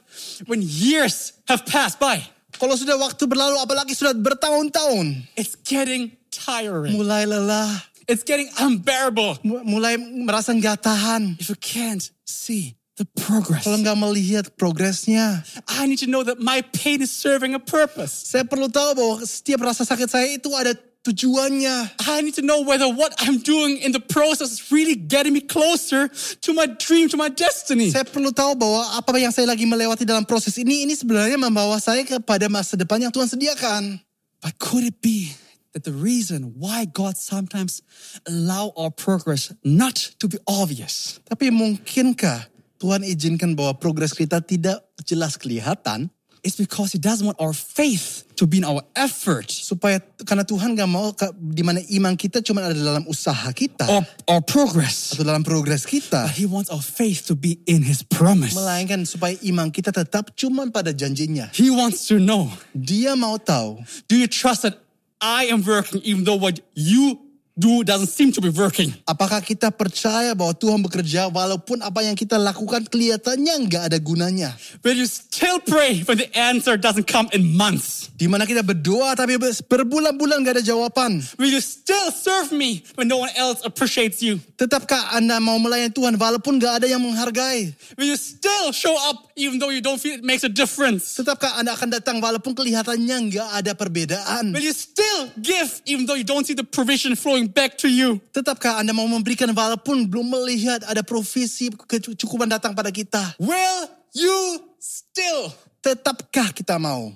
[SPEAKER 2] when years have passed by,
[SPEAKER 3] Kalau sudah waktu berlalu, apalagi sudah bertahun-tahun,
[SPEAKER 2] it's getting tiring.
[SPEAKER 3] mulai lelah,
[SPEAKER 2] It's getting unbearable.
[SPEAKER 3] mu- mulai merasa nggak tahan.
[SPEAKER 2] If you can't see the progress,
[SPEAKER 3] Kalau nggak melihat progresnya,
[SPEAKER 2] I need to know that my pain is serving a purpose.
[SPEAKER 3] Saya perlu tahu bahwa setiap rasa sakit saya itu ada tujuannya.
[SPEAKER 2] I need to know whether what I'm doing in the process is really getting me closer to my dream, to my destiny.
[SPEAKER 3] Saya perlu tahu bahwa apa yang saya lagi melewati dalam proses ini, ini sebenarnya membawa saya kepada masa depan yang Tuhan sediakan.
[SPEAKER 2] But could it be that the reason why God sometimes allow our progress not to be obvious
[SPEAKER 3] Tapi mungkinkah Tuhan izinkan bahwa progres kita tidak jelas kelihatan
[SPEAKER 2] is because He doesn't want our faith to be in our effort
[SPEAKER 3] supaya karena Tuhan gak mau ke- di mana iman kita cuma ada dalam usaha kita
[SPEAKER 2] or our progress.
[SPEAKER 3] atau dalam progres kita.
[SPEAKER 2] He wants our faith to be in His promise.
[SPEAKER 3] Melainkan supaya iman kita tetap cuma pada janjinya.
[SPEAKER 2] He wants to know
[SPEAKER 3] Dia mau tahu
[SPEAKER 2] do you trust that I am working even though what you do doesn't seem to be working?
[SPEAKER 3] Apakah kita percaya bahwa Tuhan bekerja walaupun apa yang kita lakukan kelihatannya nggak ada gunanya?
[SPEAKER 2] Will you still pray when the answer doesn't come in months?
[SPEAKER 3] Di mana kita berdoa tapi berbulan-bulan nggak ada jawaban.
[SPEAKER 2] Will you still serve me when no one else appreciates you?
[SPEAKER 3] Tetapkah Anda mau melayani Tuhan walaupun nggak ada yang menghargai?
[SPEAKER 2] Will you still show up even though you don't feel it makes a difference?
[SPEAKER 3] Tetapkah Anda akan datang walaupun kelihatannya nggak ada perbedaan?
[SPEAKER 2] Will you still give even though you don't see the provision flowing back to you?
[SPEAKER 3] Tetapkah Anda mau memberikan walaupun belum melihat ada provisi kecukupan datang pada kita?
[SPEAKER 2] Will you still?
[SPEAKER 3] Tetapkah kita mau?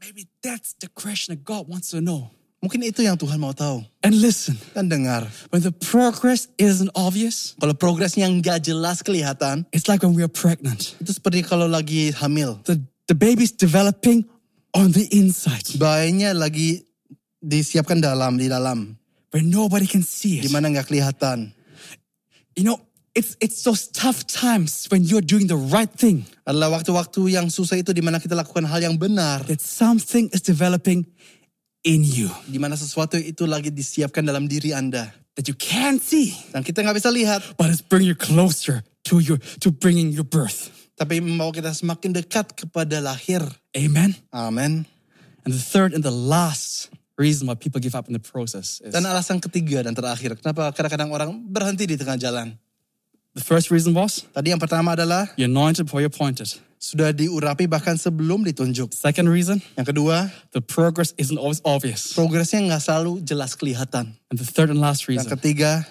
[SPEAKER 2] Maybe that's the question that God wants to know.
[SPEAKER 3] Mungkin itu yang Tuhan mau tahu.
[SPEAKER 2] And listen,
[SPEAKER 3] Dan dengar,
[SPEAKER 2] when the progress isn't obvious,
[SPEAKER 3] kalau progresnya nggak jelas kelihatan,
[SPEAKER 2] it's like when we are pregnant.
[SPEAKER 3] itu seperti kalau lagi hamil.
[SPEAKER 2] the, the baby's developing on the inside
[SPEAKER 3] bayinya lagi disiapkan dalam di dalam
[SPEAKER 2] where nobody can see
[SPEAKER 3] di
[SPEAKER 2] it.
[SPEAKER 3] mana nggak kelihatan
[SPEAKER 2] You know, it's it's those tough times when you're doing the right thing
[SPEAKER 3] adalah waktu-waktu yang susah itu di mana kita lakukan hal yang benar
[SPEAKER 2] that something is developing in you
[SPEAKER 3] di mana sesuatu itu lagi disiapkan dalam diri anda
[SPEAKER 2] that you can't see,
[SPEAKER 3] dan kita nggak bisa lihat
[SPEAKER 2] but it's bringing you closer to your to bringing your birth.
[SPEAKER 3] tapi membawa kita semakin dekat kepada lahir
[SPEAKER 2] Amen.
[SPEAKER 3] amin
[SPEAKER 2] And the third and the last reason why people give up in the process is
[SPEAKER 3] dan alasan ketiga dan terakhir kenapa kadang-kadang orang berhenti di tengah jalan
[SPEAKER 2] the first reason was
[SPEAKER 3] tadi yang pertama adalah
[SPEAKER 2] you're anointed before you're appointed.
[SPEAKER 3] sudah diurapi bahkan sebelum ditunjuk
[SPEAKER 2] Second reason,
[SPEAKER 3] yang kedua
[SPEAKER 2] the progress isn't always obvious.
[SPEAKER 3] progresnya nggak selalu jelas kelihatan
[SPEAKER 2] And the third and last
[SPEAKER 3] yang
[SPEAKER 2] reason,
[SPEAKER 3] ketiga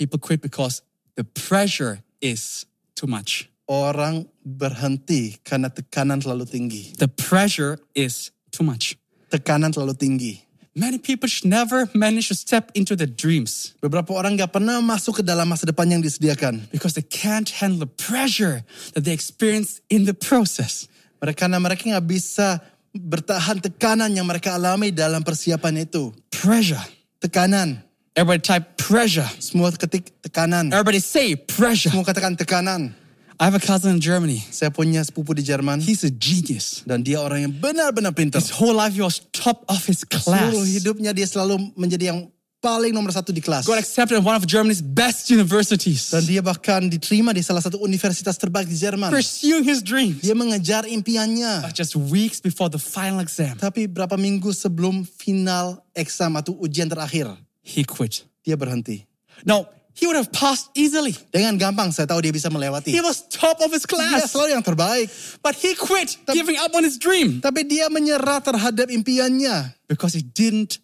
[SPEAKER 2] people quit because the pressure is too much.
[SPEAKER 3] orang berhenti karena tekanan terlalu tinggi.
[SPEAKER 2] The pressure is too much.
[SPEAKER 3] Tekanan terlalu tinggi.
[SPEAKER 2] Many people should never manage to step into their dreams
[SPEAKER 3] Beberapa orang gak pernah masuk ke dalam masa depan yang disediakan.
[SPEAKER 2] because they can't handle the pressure that they experience in the process.
[SPEAKER 3] Mereka karena mereka nggak bisa bertahan tekanan yang mereka alami dalam persiapan itu.
[SPEAKER 2] Pressure
[SPEAKER 3] Tekanan
[SPEAKER 2] Everybody type pressure.
[SPEAKER 3] Semua ketik tekanan.
[SPEAKER 2] Everybody say pressure.
[SPEAKER 3] Semua katakan tekanan.
[SPEAKER 2] I have a cousin in Germany.
[SPEAKER 3] Saya punya sepupu di Jerman
[SPEAKER 2] He's a genius.
[SPEAKER 3] dan dia orang yang benar-benar pintar.
[SPEAKER 2] His whole life he was top of his class.
[SPEAKER 3] Seluruh hidupnya dia selalu menjadi yang paling nomor satu di kelas.
[SPEAKER 2] Got accepted in one of Germany's best universities.
[SPEAKER 3] Dan dia bahkan diterima di salah satu universitas terbaik di Jerman.
[SPEAKER 2] Pursuing his dreams.
[SPEAKER 3] Dia mengejar impiannya.
[SPEAKER 2] Just weeks before the final exam,
[SPEAKER 3] Tapi berapa minggu sebelum final exam atau ujian terakhir,
[SPEAKER 2] he quit.
[SPEAKER 3] dia berhenti.
[SPEAKER 2] Now, he would have passed easily.
[SPEAKER 3] Dengan gampang saya tahu dia
[SPEAKER 2] He
[SPEAKER 3] bisa melewati.
[SPEAKER 2] was top of his
[SPEAKER 3] Dia
[SPEAKER 2] class.
[SPEAKER 3] selalu yang terbaik.
[SPEAKER 2] But he quit, giving up on his dream
[SPEAKER 3] Tapi dia menyerah terhadap impiannya.
[SPEAKER 2] because he didn't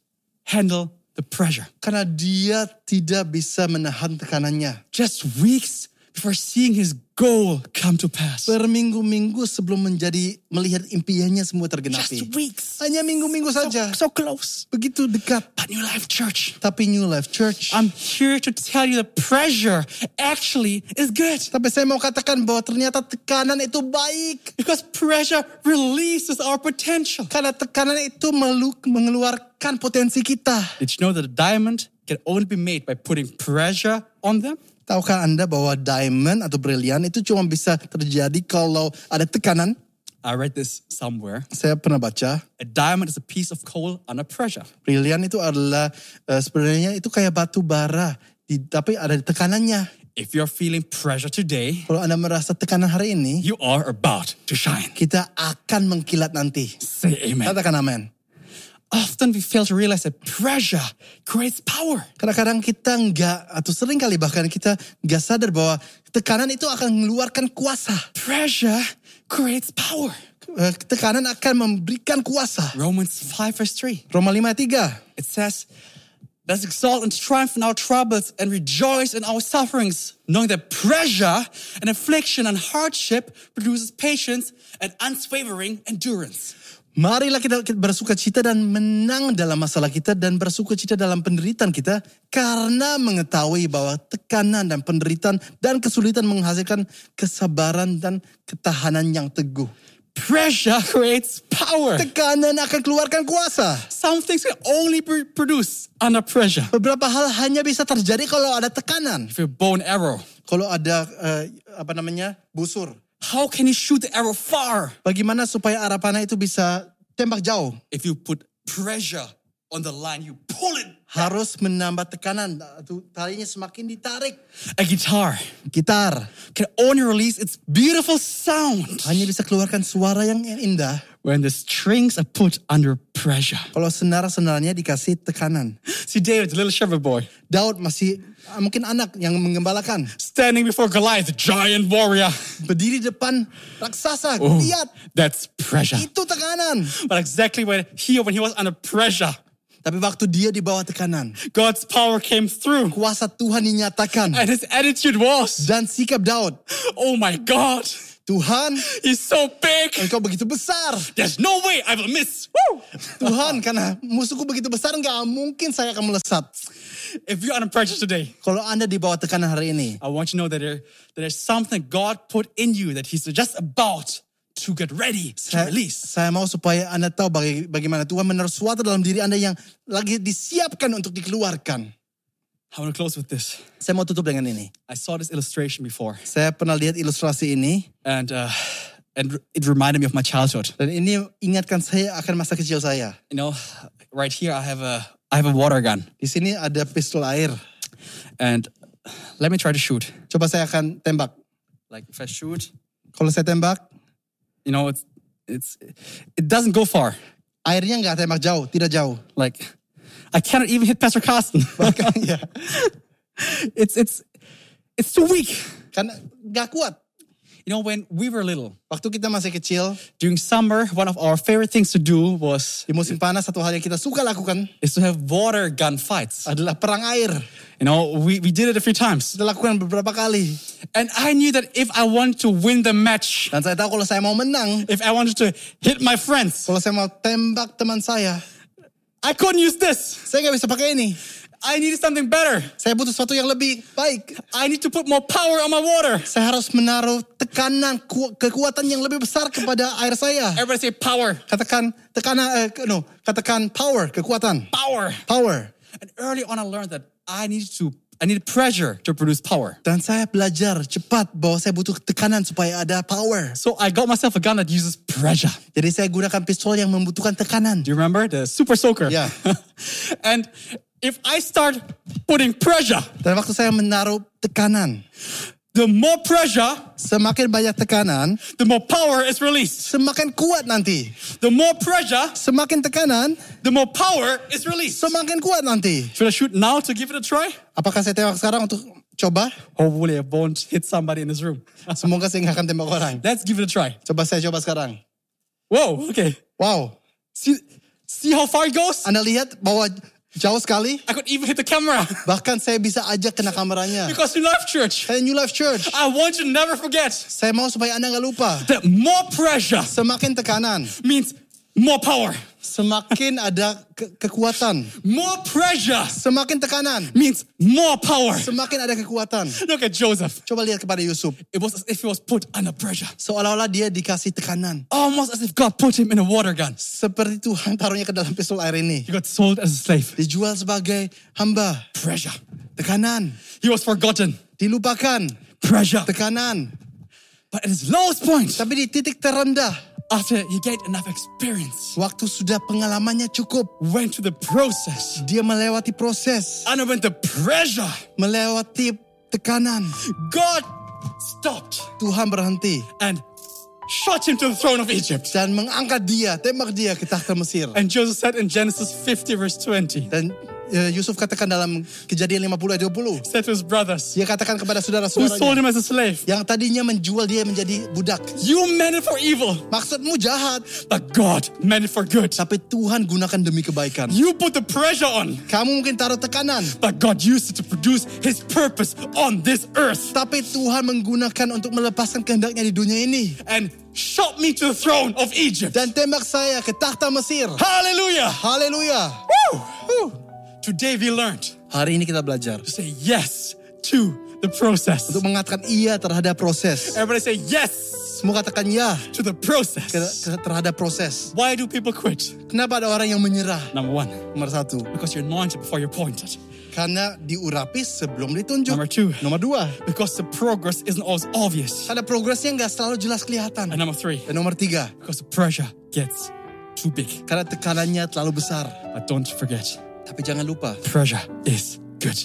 [SPEAKER 2] handle the pressure.
[SPEAKER 3] Karena dia tidak bisa menahan tekanannya.
[SPEAKER 2] Just weeks before seeing his goal come to pass.
[SPEAKER 3] Berminggu-minggu sebelum menjadi melihat impiannya semua tergenapi.
[SPEAKER 2] Just weeks.
[SPEAKER 3] Hanya minggu-minggu saja.
[SPEAKER 2] So close.
[SPEAKER 3] Begitu dekat.
[SPEAKER 2] But New Life Church,
[SPEAKER 3] Tapi New Life Church.
[SPEAKER 2] I'm here to tell you the pressure actually is good.
[SPEAKER 3] Tapi saya mau katakan bahwa ternyata tekanan itu baik.
[SPEAKER 2] Because pressure releases our potential.
[SPEAKER 3] Karena tekanan itu meluk, mengeluarkan potensi kita.
[SPEAKER 2] Did you know that a diamond can only be made by putting pressure on them?
[SPEAKER 3] Tahukah Anda bahwa diamond atau brilian itu cuma bisa terjadi kalau ada tekanan?
[SPEAKER 2] I read this somewhere.
[SPEAKER 3] Saya pernah baca,
[SPEAKER 2] A diamond is a piece of coal under pressure.
[SPEAKER 3] brilian itu adalah eh, sebenarnya itu kayak batu bara, di- tapi ada tekanannya.
[SPEAKER 2] If you're feeling pressure today,
[SPEAKER 3] Kalau Anda merasa tekanan hari ini,
[SPEAKER 2] you are about to shine.
[SPEAKER 3] kita akan mengkilat nanti.
[SPEAKER 2] Say amen.
[SPEAKER 3] Katakan amin.
[SPEAKER 2] Often we fail to realize that pressure creates power.
[SPEAKER 3] Kadang-kadang kita nggak, atau sering kali bahkan kita nggak sadar bahwa tekanan itu akan mengeluarkan kuasa.
[SPEAKER 2] Pressure creates power.
[SPEAKER 3] Eh, Tekanan akan memberikan kuasa.
[SPEAKER 2] Romans 5 verse 3.
[SPEAKER 3] Roma 5 ayat 3.
[SPEAKER 2] It says, Let's exalt and triumph in our troubles and rejoice in our sufferings, knowing that pressure and affliction and hardship produces patience and unswavering endurance.
[SPEAKER 3] Marilah kita kita bersuka cita dan menang dalam masalah kita dan bersuka cita dalam penderitaan kita karena mengetahui bahwa tekanan dan penderitaan dan kesulitan menghasilkan kesabaran dan ketahanan yang teguh.
[SPEAKER 2] Pressure creates power.
[SPEAKER 3] Tekanan akan keluarkan kuasa.
[SPEAKER 2] Some things can only be produced under pressure.
[SPEAKER 3] Beberapa hal hanya bisa terjadi kalau ada tekanan.
[SPEAKER 2] If you bow an arrow,
[SPEAKER 3] Kalau ada eh, apa namanya? busur.
[SPEAKER 2] how can you shoot the arrow far
[SPEAKER 3] Bagaimana supaya arah panah itu bisa tembak jauh?
[SPEAKER 2] if you put pressure on the line? You pull it.
[SPEAKER 3] Harus menambah tekanan. Tuh, Talinya semakin ditarik.
[SPEAKER 2] A guitar
[SPEAKER 3] Gitar.
[SPEAKER 2] can only release its beautiful sound
[SPEAKER 3] hanya bisa keluarkan suara yang indah
[SPEAKER 2] when the strings are put under pressure.
[SPEAKER 3] kalau senar-senarnya dikasih tekanan.
[SPEAKER 2] See David, the little shepherd boy,
[SPEAKER 3] Daud masih ah, mungkin anak yang menggembalakan.
[SPEAKER 2] standing before Goliath, the giant warrior.
[SPEAKER 3] Berdiri depan raksasa,
[SPEAKER 2] Ooh,
[SPEAKER 3] lihat
[SPEAKER 2] that's pressure.
[SPEAKER 3] itu tekanan.
[SPEAKER 2] But exactly when he, when he was under pressure,
[SPEAKER 3] Tapi waktu dia di bawah tekanan,
[SPEAKER 2] God's power came through,
[SPEAKER 3] kuasa Tuhan dinyatakan.
[SPEAKER 2] and his attitude was,
[SPEAKER 3] Dan sikap Daud,
[SPEAKER 2] "Oh my God,
[SPEAKER 3] Tuhan
[SPEAKER 2] he's so big.
[SPEAKER 3] engkau begitu besar.
[SPEAKER 2] There's no way I will miss." Woo!
[SPEAKER 3] Tuhan karena musuhku begitu besar nggak mungkin saya akan melesat.
[SPEAKER 2] If you're under pressure today,
[SPEAKER 3] Kalau anda di bawah tekanan hari ini,
[SPEAKER 2] I want you to know that there, that there's something God put in you that He's just about to get ready to
[SPEAKER 3] Saya,
[SPEAKER 2] release.
[SPEAKER 3] saya mau supaya Anda tahu baga- bagaimana Tuhan menaruh sesuatu dalam diri Anda yang lagi disiapkan untuk dikeluarkan.
[SPEAKER 2] I want to close with this.
[SPEAKER 3] Saya mau tutup dengan ini.
[SPEAKER 2] I saw this illustration before,
[SPEAKER 3] Saya pernah lihat ilustrasi ini
[SPEAKER 2] and uh, and it reminded me of my childhood.
[SPEAKER 3] dan ini ingatkan saya akan masa kecil saya.
[SPEAKER 2] you know, right here I have a I have a water gun,
[SPEAKER 3] Di sini ada pistol air.
[SPEAKER 2] and let me try to shoot.
[SPEAKER 3] Coba saya akan tembak.
[SPEAKER 2] Like if I shoot,
[SPEAKER 3] Kalau saya tembak,
[SPEAKER 2] you know, it's it's it doesn't go far.
[SPEAKER 3] airnya nggak tembak jauh, tidak jauh.
[SPEAKER 2] Like I cannot even hit Pastor Carsten.
[SPEAKER 3] Bahkan ya,
[SPEAKER 2] it's it's it's too weak.
[SPEAKER 3] karena nggak kuat.
[SPEAKER 2] You know, when we were little,
[SPEAKER 3] Waktu kita masih kecil,
[SPEAKER 2] during summer, one of our favorite things to do was
[SPEAKER 3] di musim panas satu hal yang kita suka lakukan
[SPEAKER 2] is to have water gun fights.
[SPEAKER 3] adalah perang air.
[SPEAKER 2] You know, we, we did it a few times.
[SPEAKER 3] Kita lakukan beberapa kali.
[SPEAKER 2] And I knew that if I wanted to win the match,
[SPEAKER 3] Dan saya tahu kalau saya mau menang,
[SPEAKER 2] if I wanted to hit my friends,
[SPEAKER 3] kalau saya mau tembak teman saya,
[SPEAKER 2] I couldn't use this.
[SPEAKER 3] saya nggak bisa pakai ini.
[SPEAKER 2] I needed something better.
[SPEAKER 3] Saya butuh sesuatu yang lebih baik.
[SPEAKER 2] I need to put more power on my water.
[SPEAKER 3] Saya harus menaruh tekanan ku- kekuatan yang lebih besar kepada air saya.
[SPEAKER 2] Everybody say power,
[SPEAKER 3] Katakan tekanan, eh, ke- no, katakan power, kekuatan,
[SPEAKER 2] power.
[SPEAKER 3] power.
[SPEAKER 2] And early on, I learned that I need to, I need pressure to produce power.
[SPEAKER 3] Dan saya belajar cepat bahwa saya butuh tekanan supaya ada power.
[SPEAKER 2] So I got myself a gun that uses pressure.
[SPEAKER 3] Jadi saya gunakan pistol yang membutuhkan tekanan.
[SPEAKER 2] Do you remember the Super Soaker?
[SPEAKER 3] Yeah.
[SPEAKER 2] and if I start putting pressure,
[SPEAKER 3] Dan waktu saya menaruh tekanan,
[SPEAKER 2] the more pressure,
[SPEAKER 3] semakin banyak tekanan,
[SPEAKER 2] the more power is released.
[SPEAKER 3] semakin kuat nanti.
[SPEAKER 2] The more pressure,
[SPEAKER 3] Semakin tekanan,
[SPEAKER 2] the more power is released.
[SPEAKER 3] semakin kuat nanti.
[SPEAKER 2] Should I shoot now to give it a try?
[SPEAKER 3] Apakah saya tembak sekarang untuk coba?
[SPEAKER 2] Hopefully, I won't hit somebody in this room.
[SPEAKER 3] Semoga saya nggak akan tembak orang.
[SPEAKER 2] Let's give it a try.
[SPEAKER 3] Coba saya coba sekarang.
[SPEAKER 2] Whoa, okay.
[SPEAKER 3] Wow,
[SPEAKER 2] See, see how far it goes?
[SPEAKER 3] Anda lihat bahwa jauh sekali.
[SPEAKER 2] I could even hit the camera
[SPEAKER 3] Bahkan saya bisa ajak kena kameranya.
[SPEAKER 2] because in Life Church,
[SPEAKER 3] Saya New Life Church.
[SPEAKER 2] I want you to never forget
[SPEAKER 3] Saya mau supaya Anda nggak lupa.
[SPEAKER 2] that more pressure
[SPEAKER 3] Semakin tekanan,
[SPEAKER 2] means more power.
[SPEAKER 3] semakin ada ke- kekuatan.
[SPEAKER 2] More pressure
[SPEAKER 3] Semakin tekanan,
[SPEAKER 2] means more power.
[SPEAKER 3] semakin ada kekuatan.
[SPEAKER 2] Look at Joseph.
[SPEAKER 3] Coba lihat kepada Yusuf.
[SPEAKER 2] It was as if he was put under pressure,
[SPEAKER 3] Seolah-olah dia dikasih tekanan.
[SPEAKER 2] almost as if God put him in a water gun.
[SPEAKER 3] Seperti Tuhan taruhnya ke dalam pistol air ini.
[SPEAKER 2] He got sold as a slave.
[SPEAKER 3] Dijual sebagai hamba.
[SPEAKER 2] Pressure.
[SPEAKER 3] Tekanan.
[SPEAKER 2] He was forgotten.
[SPEAKER 3] Dilupakan.
[SPEAKER 2] Pressure.
[SPEAKER 3] Tekanan.
[SPEAKER 2] But at his lowest point,
[SPEAKER 3] Tapi di titik terendah.
[SPEAKER 2] after he gained enough experience,
[SPEAKER 3] Waktu sudah pengalamannya cukup.
[SPEAKER 2] went through the process,
[SPEAKER 3] Dia melewati proses.
[SPEAKER 2] underwent the pressure,
[SPEAKER 3] Melewati tekanan.
[SPEAKER 2] God stopped
[SPEAKER 3] Tuhan berhenti.
[SPEAKER 2] and shot him to the throne of Egypt.
[SPEAKER 3] Dan mengangkat dia. Tembak dia ke tahta Mesir.
[SPEAKER 2] And Joseph said in Genesis 50, verse 20,
[SPEAKER 3] Dan eh, Yusuf katakan dalam kejadian 50 ayat 20.
[SPEAKER 2] said to his brothers,
[SPEAKER 3] Dia katakan kepada
[SPEAKER 2] who sold
[SPEAKER 3] saudara-saudaranya.
[SPEAKER 2] him as a slave,
[SPEAKER 3] Yang tadinya menjual dia menjadi budak.
[SPEAKER 2] You meant it for evil,
[SPEAKER 3] Maksudmu jahat.
[SPEAKER 2] but God meant it for good.
[SPEAKER 3] Tapi Tuhan gunakan demi kebaikan.
[SPEAKER 2] You put the pressure on,
[SPEAKER 3] Kamu mungkin taruh tekanan.
[SPEAKER 2] but God used it to produce His purpose on this earth
[SPEAKER 3] Tapi Tuhan menggunakan untuk melepaskan kehendaknya di dunia ini.
[SPEAKER 2] and shot me to the throne of Egypt.
[SPEAKER 3] Dan tembak saya ke tahta Mesir.
[SPEAKER 2] Hallelujah!
[SPEAKER 3] Haleluya.
[SPEAKER 2] Woo! Today we learned
[SPEAKER 3] Hari ini kita belajar.
[SPEAKER 2] to say yes to the process.
[SPEAKER 3] Untuk mengatakan iya terhadap proses.
[SPEAKER 2] Everybody say yes
[SPEAKER 3] Semua katakan ya
[SPEAKER 2] to the
[SPEAKER 3] ke-
[SPEAKER 2] process.
[SPEAKER 3] ke- terhadap proses.
[SPEAKER 2] Why do people quit?
[SPEAKER 3] Kenapa ada orang yang menyerah?
[SPEAKER 2] Number one,
[SPEAKER 3] Nomor satu.
[SPEAKER 2] because you're anointed before you're appointed.
[SPEAKER 3] Karena diurapi sebelum ditunjuk.
[SPEAKER 2] Number two.
[SPEAKER 3] Nomor dua.
[SPEAKER 2] Because the progress isn't always obvious.
[SPEAKER 3] Karena progresnya nggak selalu jelas kelihatan.
[SPEAKER 2] And number three,
[SPEAKER 3] Dan nomor tiga.
[SPEAKER 2] because the pressure gets too big.
[SPEAKER 3] Karena tekanannya terlalu besar.
[SPEAKER 2] But don't forget,
[SPEAKER 3] Tapi jangan lupa.
[SPEAKER 2] pressure is good.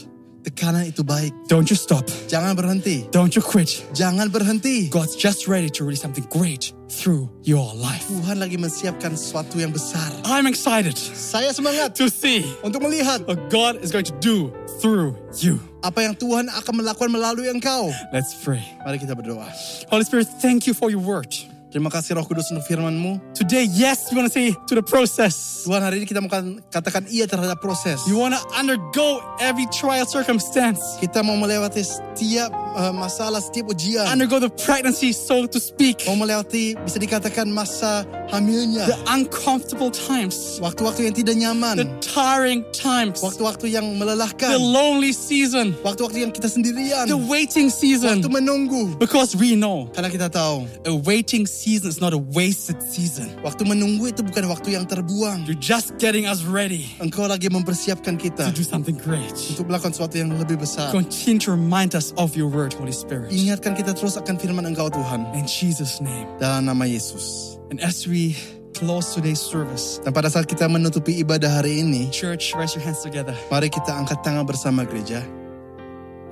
[SPEAKER 3] Tekanan itu baik.
[SPEAKER 2] Don't you stop.
[SPEAKER 3] Jangan berhenti.
[SPEAKER 2] Don't you quit.
[SPEAKER 3] Jangan berhenti.
[SPEAKER 2] God's just ready to release something great through your life.
[SPEAKER 3] Tuhan lagi menyiapkan sesuatu yang besar.
[SPEAKER 2] I'm excited
[SPEAKER 3] Saya semangat
[SPEAKER 2] to see
[SPEAKER 3] untuk melihat
[SPEAKER 2] what God is going to do through you.
[SPEAKER 3] apa yang Tuhan akan melakukan melalui engkau.
[SPEAKER 2] Let's pray.
[SPEAKER 3] Mari kita berdoa.
[SPEAKER 2] Holy Spirit, thank you for your word.
[SPEAKER 3] Terima kasih Roh Kudus untuk firman-Mu.
[SPEAKER 2] Today, yes, we want to say to the process.
[SPEAKER 3] Tuhan hari ini kita mau kan- katakan iya terhadap proses.
[SPEAKER 2] You want to undergo every trial circumstance,
[SPEAKER 3] Kita mau melewati setiap eh, masalah, setiap ujian.
[SPEAKER 2] undergo the pregnancy, so to speak,
[SPEAKER 3] Mau melewati bisa dikatakan masa hamilnya.
[SPEAKER 2] the uncomfortable times,
[SPEAKER 3] Waktu-waktu yang tidak
[SPEAKER 2] the
[SPEAKER 3] nyaman.
[SPEAKER 2] tiring times,
[SPEAKER 3] Waktu-waktu yang
[SPEAKER 2] the
[SPEAKER 3] melelahkan.
[SPEAKER 2] lonely season.
[SPEAKER 3] Waktu-waktu yang kita
[SPEAKER 2] the
[SPEAKER 3] sendirian.
[SPEAKER 2] waiting season.
[SPEAKER 3] Waktu menunggu.
[SPEAKER 2] Because we know
[SPEAKER 3] Karena kita tahu,
[SPEAKER 2] a waiting season is not a wasted season.
[SPEAKER 3] waktu menunggu itu bukan waktu yang terbuang.
[SPEAKER 2] You're just getting us ready
[SPEAKER 3] Engkau lagi mempersiapkan
[SPEAKER 2] to
[SPEAKER 3] kita
[SPEAKER 2] do something great.
[SPEAKER 3] untuk melakukan sesuatu yang lebih besar.
[SPEAKER 2] Continue to remind us of your word, Holy Spirit.
[SPEAKER 3] Ingatkan kita terus akan firman Engkau Tuhan
[SPEAKER 2] In Jesus' name.
[SPEAKER 3] dalam nama Yesus.
[SPEAKER 2] And as we close today's service,
[SPEAKER 3] Dan pada saat kita menutupi ibadah hari ini,
[SPEAKER 2] church, raise your hands together.
[SPEAKER 3] mari kita angkat tangan bersama gereja.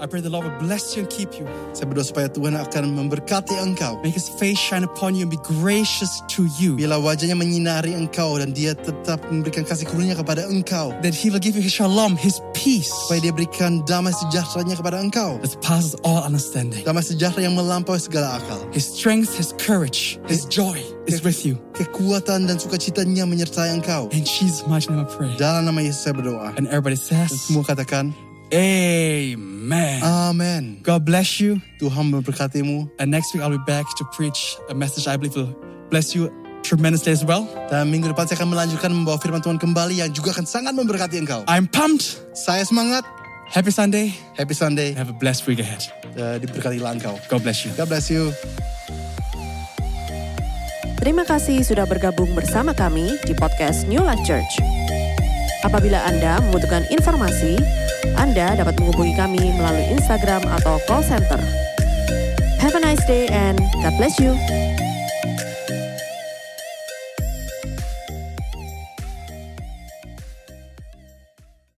[SPEAKER 2] I pray the Lord will bless you and keep you.
[SPEAKER 3] Saya berdoa supaya Tuhan akan memberkati engkau.
[SPEAKER 2] Make his face shine upon you and be gracious to you.
[SPEAKER 3] Bila wajahnya menyinari engkau dan dia tetap memberikan kasih karunia kepada engkau.
[SPEAKER 2] That he will give you his shalom, his peace
[SPEAKER 3] Supaya dia berikan damai sejahteranya kepada engkau.
[SPEAKER 2] that passes all understanding.
[SPEAKER 3] Damai sejahtera yang melampaui segala akal.
[SPEAKER 2] His strength, his courage, his joy is with you.
[SPEAKER 3] Kekuatan dan sukacitanya menyertai engkau.
[SPEAKER 2] In Jesus' mighty name I pray.
[SPEAKER 3] Dalam nama Yesus saya berdoa.
[SPEAKER 2] And everybody
[SPEAKER 3] Dan
[SPEAKER 2] says,
[SPEAKER 3] semua katakan, Ah.
[SPEAKER 2] Amen.
[SPEAKER 3] Amin.
[SPEAKER 2] God bless you.
[SPEAKER 3] Tuhan memberkatimu.
[SPEAKER 2] And next week I'll be back to preach a message I believe will bless you tremendously as well.
[SPEAKER 3] Dan minggu depan saya akan melanjutkan membawa firman Tuhan kembali yang juga akan sangat memberkati engkau.
[SPEAKER 2] I'm pumped.
[SPEAKER 3] Saya semangat.
[SPEAKER 2] Happy Sunday.
[SPEAKER 3] Happy Sunday.
[SPEAKER 2] Have a blessed week ahead.
[SPEAKER 3] Eh, Diberkatilah engkau.
[SPEAKER 2] God bless you.
[SPEAKER 3] God bless you.
[SPEAKER 1] Terima kasih sudah bergabung bersama kami di podcast New Life Church. Apabila Anda membutuhkan informasi, Anda dapat menghubungi kami melalui Instagram atau call center. Have a nice day and God bless you.